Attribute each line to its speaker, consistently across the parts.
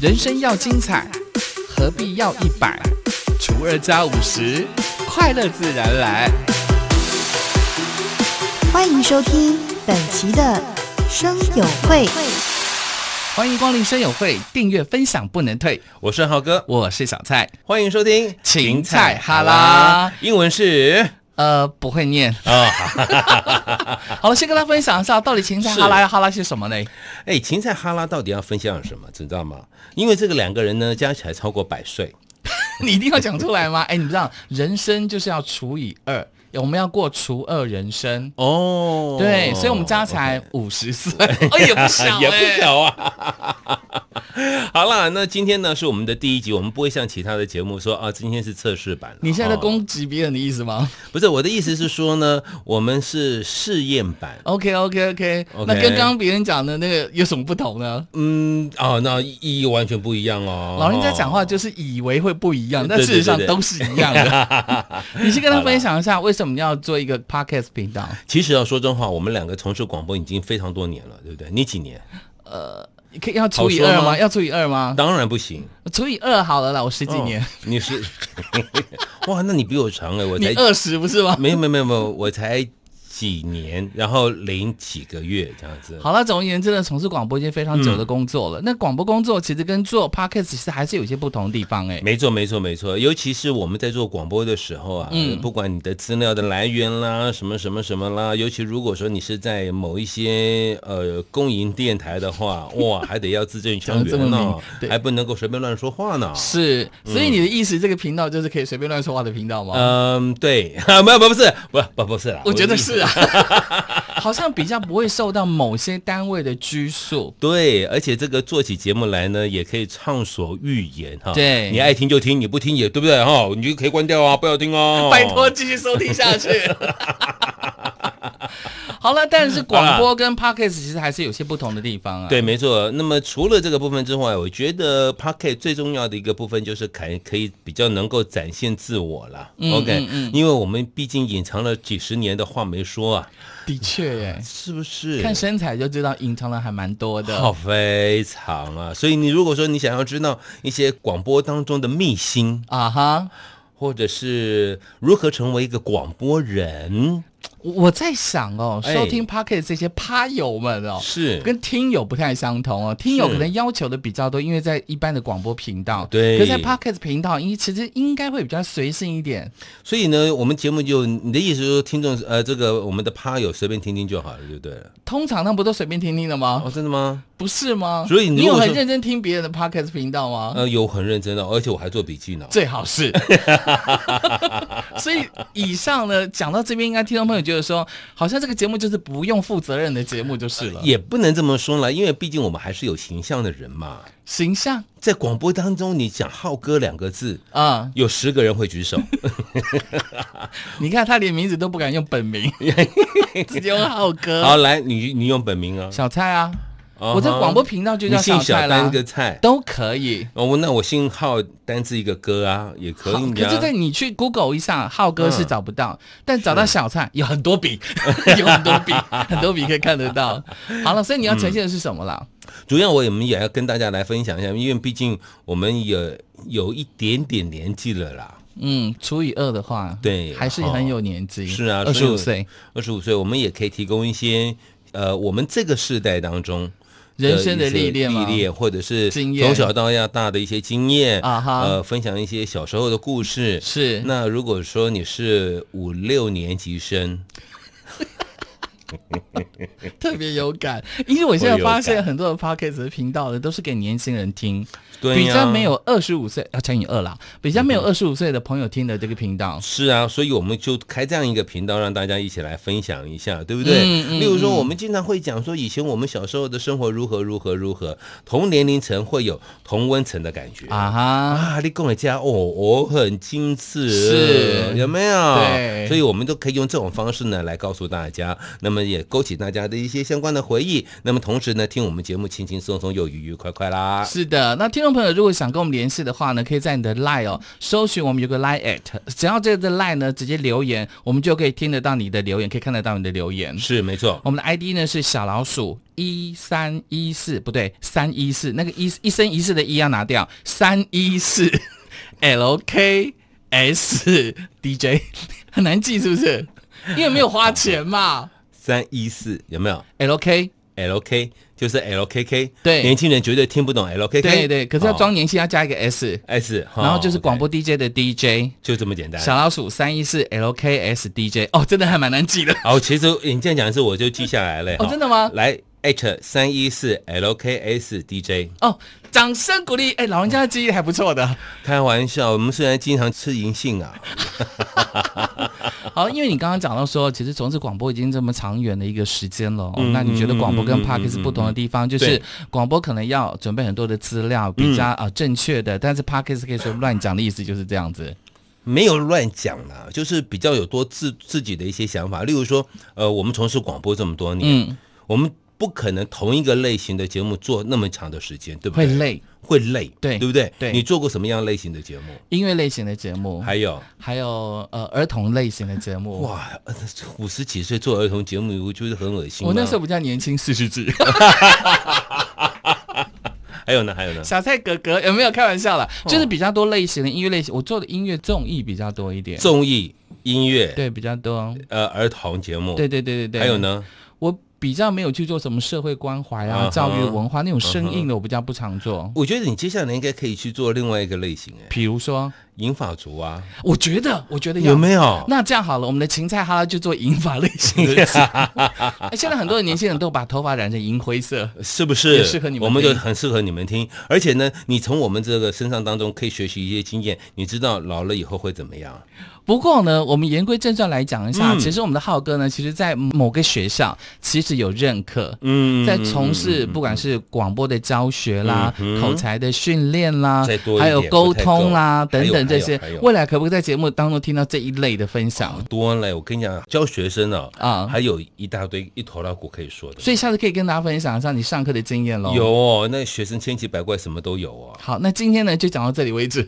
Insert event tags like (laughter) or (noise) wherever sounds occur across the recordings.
Speaker 1: 人生要精彩，何必要一百除二加五十？快乐自然来。
Speaker 2: 欢迎收听本期的生友会。
Speaker 1: 欢迎光临声友会，订阅分享不能退。
Speaker 3: 我是浩哥，
Speaker 1: 我是小蔡，
Speaker 3: 欢迎收听
Speaker 1: 芹菜哈拉
Speaker 3: 英文是
Speaker 1: 呃，不会念。
Speaker 3: 啊，
Speaker 1: (laughs) 好了，先跟大家分享一下，到底芹菜哈拉哈拉是什么 (laughs) 呢？
Speaker 3: 哎，芹菜哈拉到底要分享什么，知道吗？因为这个两个人呢，加起来超过百岁，
Speaker 1: 你一定要讲出来吗？哎，你知道，人生就是要除以二，我们要过除二人生。
Speaker 3: 哦
Speaker 1: 对，所以我们加起来五十 (laughs) 岁，哦，也不小、欸，
Speaker 3: 哎也不小啊。 (laughs) 好啦，那今天呢是我们的第一集，我们不会像其他的节目说啊，今天是测试版了。
Speaker 1: 你现在在
Speaker 3: 哦
Speaker 1: 攻击别人的意思吗
Speaker 3: 不是我的意思是说呢， (laughs) 我们是试验版。
Speaker 1: ？OK OK OK，那跟刚刚别人讲的那个有什么不同呢？
Speaker 3: 嗯，哦，那意义完全不一样哦。
Speaker 1: 老人家讲话就是以为会不一样，但
Speaker 3: 对
Speaker 1: 事
Speaker 3: 对
Speaker 1: 实上
Speaker 3: 对对
Speaker 1: 都是一样的。
Speaker 3: (laughs)
Speaker 1: 你先跟他分享一下为什么要做一个 podcast 频道？
Speaker 3: 其实要说真话，我们两个从事广播已经非常多年了，对不对？你几年？
Speaker 1: 啊呃可以要除以
Speaker 3: 好
Speaker 1: 二
Speaker 3: 说
Speaker 1: 吗？
Speaker 3: 吗
Speaker 1: 要除以二吗？
Speaker 3: 当然不行。
Speaker 1: 除以二好了啦，我十 (laughs) 几年
Speaker 3: 哦，
Speaker 1: (laughs)
Speaker 3: 你是哇？那你比我长哎，我嗯
Speaker 1: 你
Speaker 3: 才
Speaker 1: 二十不是吗？
Speaker 3: (laughs) 没有没有没有没有，我才几年，然后零几个月这样子。
Speaker 1: 好了，总而言之呢，从事广播已经非常久
Speaker 3: 嗯
Speaker 1: 的工作了。那广播工作其实跟做 podcast 其实还是有一些不同的地方哎、
Speaker 3: 没错，没错，没错。尤其是我们在做广播的时候啊，
Speaker 1: 嗯
Speaker 3: 不管你的资料的来源啦，什么什么什么啦，尤其如果说你是在某一些呃公营电台的话，哇，还得要字正腔
Speaker 1: 讲得这么
Speaker 3: 圆呢
Speaker 1: 明对，
Speaker 3: 还不能够随便乱说话呢。
Speaker 1: 是，所以你的意思，这个频道就是可以随便乱说话的频道吗？
Speaker 3: 嗯，对， (laughs) 没有，不不是，不不不是啦，
Speaker 1: 哦我觉得
Speaker 3: 的意思
Speaker 1: 是啊， (laughs) 好像比较不会受到某些单位的拘束。
Speaker 3: 对，而且这个做起节目来呢，也可以畅所欲言哈。
Speaker 1: 对
Speaker 3: 你爱听就听，你不听也对不对哈？你就可以关掉啊，不要听哦。
Speaker 1: (laughs) 拜托，继续收听下去。 (laughs) 好了，但是广播跟 podcast 其实还是有些不同的地方啊。
Speaker 3: 对，，没错。那么除了这个部分之外，我觉得 p o c k e t 最重要的一个部分就是可以可以比较能够展现自我啦。
Speaker 1: 嗯
Speaker 3: OK，、
Speaker 1: 嗯嗯
Speaker 3: 因为我们毕竟隐藏了几十年的话没说啊，
Speaker 1: 的确耶，
Speaker 3: 是不是？
Speaker 1: 看身材就知道隐藏了还蛮多的。
Speaker 3: 好，非常啊！所以你如果说你想要知道一些广播当中的秘辛，
Speaker 1: 啊哈，
Speaker 3: 或者是如何成为一个广播人，
Speaker 1: 我我在想哦，
Speaker 3: 哎
Speaker 1: 收听 podcast 这些趴友们哦，
Speaker 3: 是
Speaker 1: 跟听友不太相同哦，听友
Speaker 3: 是
Speaker 1: 可能要求的比较多，因为在一般的广播频道，
Speaker 3: 对
Speaker 1: 可是在 Podcast 频道，因其实应该会比较随性一点，
Speaker 3: 所以呢，我们节目就你的意思就是听众呃，这个我们的趴友随便听听就好了，对不对了？
Speaker 1: 通常那不都随便听听的吗？
Speaker 3: 哦，真的吗？
Speaker 1: 不是吗？
Speaker 3: 所以你
Speaker 1: 你
Speaker 3: 如
Speaker 1: 有
Speaker 3: 果
Speaker 1: 很
Speaker 3: 说
Speaker 1: 认真听别人的 Podcast 频道吗？
Speaker 3: 呃，有很认真的，而且我还做笔记呢。
Speaker 1: 最好
Speaker 3: (laughs)
Speaker 1: 是，所以以上呢讲到这边，应该听众朋友觉得说，好像这个节目就是不用负责任的节目就是了。
Speaker 3: (laughs) 也不能这么说啦，啊因为毕竟我们还是有形象的人嘛。
Speaker 1: 形象
Speaker 3: 在广播当中，你讲“浩哥”两个字，
Speaker 1: 啊、
Speaker 3: 有十个人会
Speaker 1: (laughs)
Speaker 3: 举手。
Speaker 1: 你看他连名字都不敢用本名，
Speaker 3: (laughs)
Speaker 1: 直接用浩哥。
Speaker 3: 好，来，你你用本名啊。
Speaker 1: 小蔡啊，(laughs)
Speaker 3: 啊
Speaker 1: 我在
Speaker 3: 哈
Speaker 1: 广播频道就
Speaker 3: 你
Speaker 1: 叫
Speaker 3: 姓小
Speaker 1: 蔡
Speaker 3: 单
Speaker 1: 啦
Speaker 3: 一，个菜。
Speaker 1: 都可以。
Speaker 3: 哦，那我姓浩单字一个哥啊，也可
Speaker 1: 好
Speaker 3: 以
Speaker 1: 可
Speaker 3: 啊。
Speaker 1: 是，在你去 Google 一下，浩哥
Speaker 3: 嗯
Speaker 1: 是找不到，但找到小蔡有很多笔， (laughs) 有很多
Speaker 3: (laughs)
Speaker 1: 笔，很多笔可以看得到。好了，所以你要呈现的是什么啦？
Speaker 3: 主要我们也要跟大家来分享一下，因为毕竟我们也有一点点年纪了啦。
Speaker 1: 嗯，除以二的话，
Speaker 3: 对
Speaker 1: 还是很有年纪，
Speaker 3: 是啊，
Speaker 1: 二十五岁，，
Speaker 3: 二十五岁，我们也可以提供一些呃，我们这个世代当中。
Speaker 1: 人生的
Speaker 3: 一些
Speaker 1: 历练嘛
Speaker 3: 历练或者是
Speaker 1: 经验
Speaker 3: 从小到大的一些经验
Speaker 1: 啊哈
Speaker 3: 呃，分享一些小时候的故事。
Speaker 1: 是
Speaker 3: 那如果说你是五六年级生，
Speaker 1: 特别有感。因为我现在
Speaker 3: 会有
Speaker 1: 发现
Speaker 3: 感
Speaker 1: 很多的 podcast 的频道的都是给年轻人听，
Speaker 3: 对
Speaker 1: 比
Speaker 3: 呀
Speaker 1: 较没有二十五岁，要啊乘以二啦，比较没有二十五岁的朋友听的这个频道。
Speaker 3: 是啊，所以我们就开这样一个频道，让大家一起来分享一下，对不对？
Speaker 1: 嗯嗯
Speaker 3: 例如说，我们经常会讲说，以前我们小时候的生活如何如何如何，同年龄层会有同温层的感觉
Speaker 1: 啊哈，
Speaker 3: 啊，你跟我家哦，我很精致，
Speaker 1: 是
Speaker 3: 有没有？
Speaker 1: 对
Speaker 3: 所以我们都可以用这种方式呢来告诉大家。那么么也勾起大家的一些相关的回忆。那么同时呢，听我们节目轻轻松松又愉愉快快啦。
Speaker 1: 是的，那听众朋友如果想跟我们联系的话呢，可以在你的 Line 哦，搜寻我们有个 Line at，只要这个 Line 呢直接留言，我们就可以听得到你的留言，可以看得到你的留言。
Speaker 3: 是没错，
Speaker 1: 我们的 ID 呢是小老鼠一三一四，不对，三一四，那个一一生一世的一要拿掉，三一四 L K S D J (laughs) 很难记是不是？因为没有花钱嘛。
Speaker 3: 三一四有没有
Speaker 1: L K
Speaker 3: ？L K 就是 L K K，
Speaker 1: 对
Speaker 3: 年轻人绝对听不懂 L K 哦哎 K，
Speaker 1: 对对，可是要装年轻要加一个 S，、
Speaker 3: S，
Speaker 1: 然后就是广
Speaker 3: 播，
Speaker 1: 播 DJ 的 DJ。
Speaker 3: 哦就这么简单。
Speaker 1: 小老鼠三一四 LKS DJ 哦，真的还蛮难记的。
Speaker 3: 好，哦其实你这样讲一次，我就记下来了。
Speaker 1: 哦
Speaker 3: 哈
Speaker 1: 真的吗
Speaker 3: 来，H 三一四 LKS DJ，
Speaker 1: 哦，掌声鼓励！哎，老人家的记忆还不错的。
Speaker 3: 开玩笑，我们虽然经常吃银
Speaker 1: (laughs)
Speaker 3: 杏啊，
Speaker 1: 好，因为你刚刚讲到说，其实从事广播已经这么长远的一个时间了哦、
Speaker 3: 嗯
Speaker 1: 那你觉得广播跟 Parkes 不同的地方，就是
Speaker 3: 对嗯
Speaker 1: 广播可能要准备很多的资料，比较啊、呃正确的，但是 Parkes 可以说乱讲的意思就是这样子。
Speaker 3: 没有乱讲啦，就是比较有多自自己的一些想法。例如说，呃，我们从事广播这么多年，
Speaker 1: 嗯，
Speaker 3: 我们不可能同一个类型的节目做那么长的时间，对不
Speaker 1: 会
Speaker 3: 对？，
Speaker 1: 累。
Speaker 3: 会累，
Speaker 1: 对
Speaker 3: 对不对？
Speaker 1: 对哦
Speaker 3: 你做过什么样类型的节目？
Speaker 1: 音乐类型的节目，
Speaker 3: 还有，
Speaker 1: 还有呃儿童类型的节目。
Speaker 3: 哇，五十几岁做儿童节目，我觉得很恶心啊。
Speaker 1: 我那时候比较年轻，四十几。
Speaker 3: 还有呢，还有呢，
Speaker 1: 小蔡哥哥有没有开玩笑啦？
Speaker 3: 哦
Speaker 1: 就是比较多类型的音乐类型，我做的音乐综艺比较多一点，
Speaker 3: 综艺、音乐，
Speaker 1: 对比较多。
Speaker 3: 呃，儿童节目，
Speaker 1: 对对对对对，
Speaker 3: 还有？呢，
Speaker 1: 我比较没有去做什么社会关怀啊、
Speaker 3: 嗯哼嗯
Speaker 1: 教育文化那种生硬的，我比较不常做。
Speaker 3: 我觉得你接下来应该可以去做另外一个类型，哎，
Speaker 1: 比如说，
Speaker 3: 银发族啊，
Speaker 1: 我觉得，我觉得要
Speaker 3: 有没有？
Speaker 1: 那这样好了，我们的芹菜哈拉就做银发类型的节
Speaker 3: (laughs)
Speaker 1: 目。哎现在很多的年轻人都把头发染成银灰色，
Speaker 3: 是不是
Speaker 1: 也适合你们
Speaker 3: 我们就
Speaker 1: 听
Speaker 3: 很适合你们听，而且呢，你从我们这个身上当中可以学习一些经验，你知道老了以后会怎么样？
Speaker 1: 不过呢，我们言归正传来讲一下，
Speaker 3: 嗯
Speaker 1: 其实我们的浩哥呢，其实在某个学校其实有认可，
Speaker 3: 嗯
Speaker 1: 在从事不管是广播的教学啦、
Speaker 3: 嗯哼
Speaker 1: 口才的训练啦
Speaker 3: 再多一，点
Speaker 1: 还有沟通啦
Speaker 3: 不太
Speaker 1: 等
Speaker 3: 够
Speaker 1: 等这些
Speaker 3: 还有还有还，有
Speaker 1: 未来可不可以在节目当中听到这一类的分享？
Speaker 3: 嗯多嘞，我跟你讲，教学生啊，
Speaker 1: 啊
Speaker 3: 还有一大堆一头拉骨可以说的。
Speaker 1: 所以下次可以跟大家分享一下你上课的经验喽。。
Speaker 3: 有哦，那学生千奇百怪，什么都有哦
Speaker 1: 好，那今天呢就讲到这里为
Speaker 3: (laughs)
Speaker 1: 止。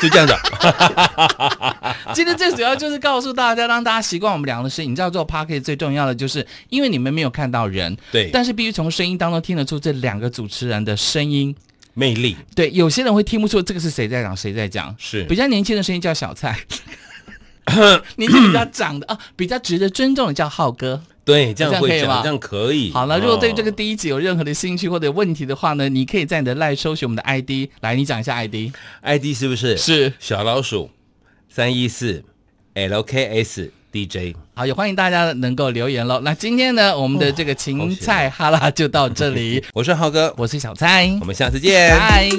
Speaker 3: 就这样子
Speaker 1: (laughs)
Speaker 3: 啊，
Speaker 1: 今天最主要就是告诉大家，让大家习惯我们聊的事情。你知道做 p a r k e t 最重要的就是，因为你们没有看到人，
Speaker 3: 对
Speaker 1: 但是必须从声音当中听得出这两个主持人的声音。
Speaker 3: 魅力
Speaker 1: 对，有些人会听不出这个是谁在讲，谁在讲。
Speaker 3: 是
Speaker 1: 比较年轻的声音叫小
Speaker 3: (laughs)
Speaker 1: 蔡，年纪比较长的啊，比较值得尊重的叫浩哥。
Speaker 3: 对，这样
Speaker 1: 这样可
Speaker 3: 会
Speaker 1: 以吗
Speaker 3: 讲，这样可以。
Speaker 1: 好了，如果对这个
Speaker 3: 哦
Speaker 1: 第一集有任何的兴趣或者问题的话呢，你可以在你的 LINE 搜寻我们的 ID，来，你讲一下 ID，
Speaker 3: ID 是不是
Speaker 1: 是
Speaker 3: 小老鼠三一四 LKS DJ？
Speaker 1: 好，也欢迎大家能够留言喽。那今天呢，我们的
Speaker 3: 嗯
Speaker 1: 这个芹菜哈拉就到这里，
Speaker 3: (laughs) 我是浩哥，
Speaker 1: 我是小蔡，
Speaker 3: 我们下次见，
Speaker 1: 拜。